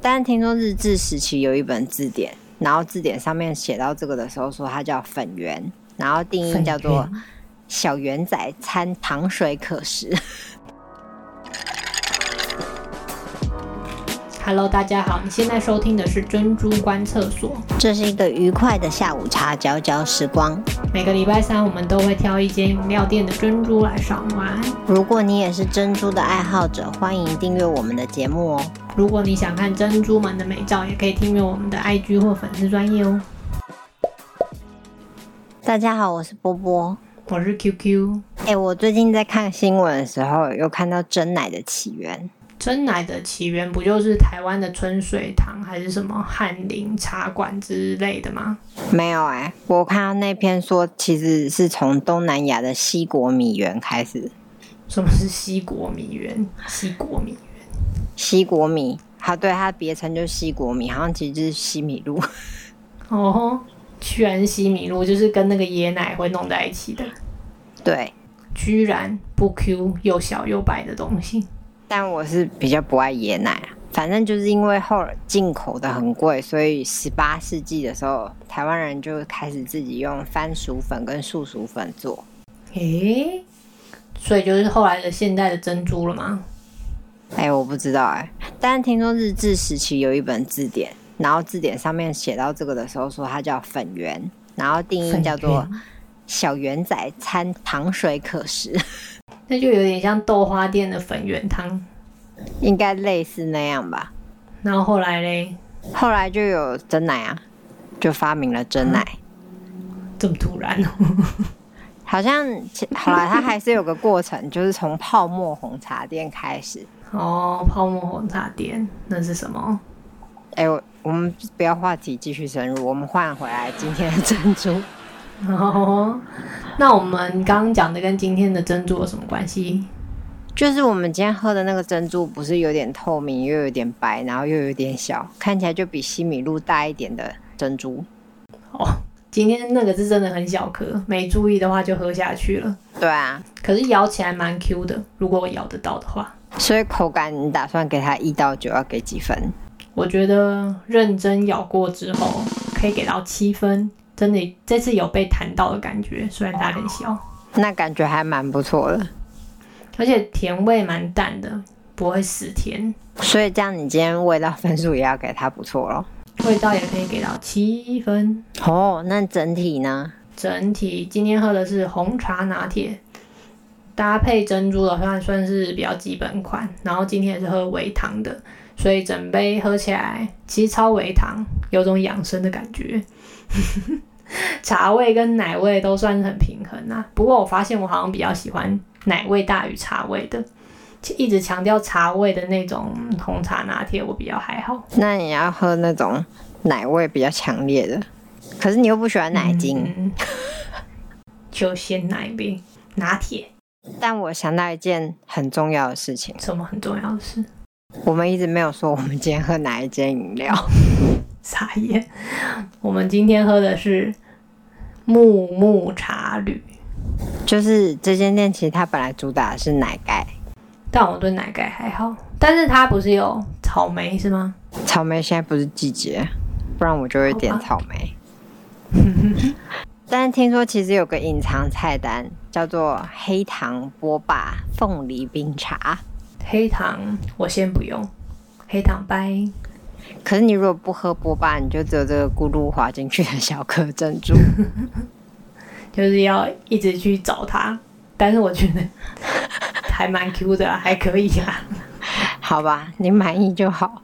但听说日治时期有一本字典，然后字典上面写到这个的时候说它叫粉圆，然后定义叫做粉圆小圆仔掺糖水可食。 Hello，大家好，你现在收听的是珍珠观厕所。这是一个愉快的下午茶，嚼嚼时光。每个礼拜三，我们都会挑一间饮料店的珍珠来赏玩。如果你也是珍珠的爱好者，欢迎订阅我们的节目哦。如果你想看珍珠们的美照，也可以订阅我们的 IG 或粉丝专业哦。大家好，我是波波。我是 QQ，哎、我最近在看新闻的时候，有看到真奶的起源。真奶的起源不就是台湾的春水堂还是什么翰林茶馆之类的吗？没有哎、我看到那篇说，其实是从东南亚的西国米园开始。什么是西国米园？西国米园西国米，好，对，它的别称就是西国米，好像其实就是西米露。 哦，居然西米露就是跟那个椰奶会弄在一起的，对，居然不 Q 又小又白的东西。但我是比较不爱椰奶啊。反正就是因为后来进口的很贵，所以十八世纪的时候，台湾人就开始自己用番薯粉跟素薯粉做。诶、所以就是后来的现代的珍珠了吗？哎、我不知道哎、但是听说日治时期有一本字典，然后字典上面写到这个的时候，说它叫粉圆，然后定义叫做粉小圆仔掺糖水可食， 那就有点像豆花店的粉圆汤。应该类似那样吧。然后后来嘞，后来就有真奶啊，就发明了真奶。这么突然哦、好像其好啦，它还是有个过程，就是从泡沫红茶店开始。哦，泡沫红茶店那是什么？哎、我我们不要话题继续深入，我们换回来今天的珍珠。哦，那我们刚刚讲的跟今天的珍珠有什么关系？ 就是我们今天喝的那个珍珠，不是有点透明，又有点白，然后又有点小，看起来就比西米露大一点的珍珠。哦，今天那个是真的很小颗，没注意的话就喝下去了。对啊，可是咬起来蛮 Q 的，如果我咬得到的话，所以口感你打算给它一到九，要给几分？我觉得认真咬过之后可以给到七分。真的，这次有被弹到的感觉，虽然它很小，那感觉还蛮不错的。而且甜味蛮淡的，不会死甜，所以这样你今天味道分数也要给它不错咯。味道也可以给到七分。哦，那整体呢？整体今天喝的是红茶拿铁，搭配珍珠的话算是比较基本款。然后今天也是喝微糖的，所以整杯喝起来其实超微糖，有种养生的感觉。 茶味跟奶味都算是很平衡啊。不过我发现我好像比较喜欢奶味大于茶味的，一直强调茶味的那种红茶拿铁我比较还好。那你要喝那种奶味比较强烈的，可是你又不喜欢奶精。嗯，就鲜奶呗，拿铁但我想到一件很重要的事情，什么很重要的事。我们一直没有说我们今天喝哪一间饮料。 傻眼。 我们今天喝的是木木茶旅，就是这间店其实它本来主打的是奶盖、但我对奶盖还好，但是它不是有草莓是吗？草莓，现在不是季节，不然我就会点好吧草莓。 但是听说其实有个隐藏菜单叫做黑糖波霸凤梨冰茶，黑糖我先不用，黑糖掰。可是你如果不喝波霸，你就只有这个咕噜滑进去的小颗珍珠。就是要一直去找它，但是我觉得还蛮 Q 的啊、还可以啊。 好吧，你满意就好。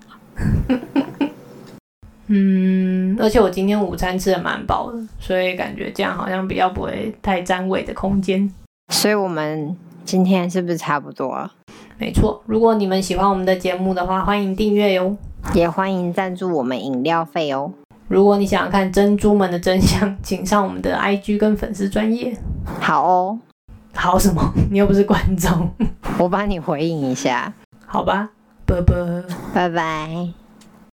嗯，而且我今天午餐吃的蛮饱的，所以感觉这样好像比较不会太占位的空间。所以我们今天是不是差不多了？没错，如果你们喜欢我们的节目的话，欢迎订阅哟。也欢迎赞助我们饮料费哦。如果你想看珍珠们的真相，请上我们的 IG 跟粉丝专业。好哦，好什么？你又不是观众，我帮你回应一下，好吧，啵啵。拜拜。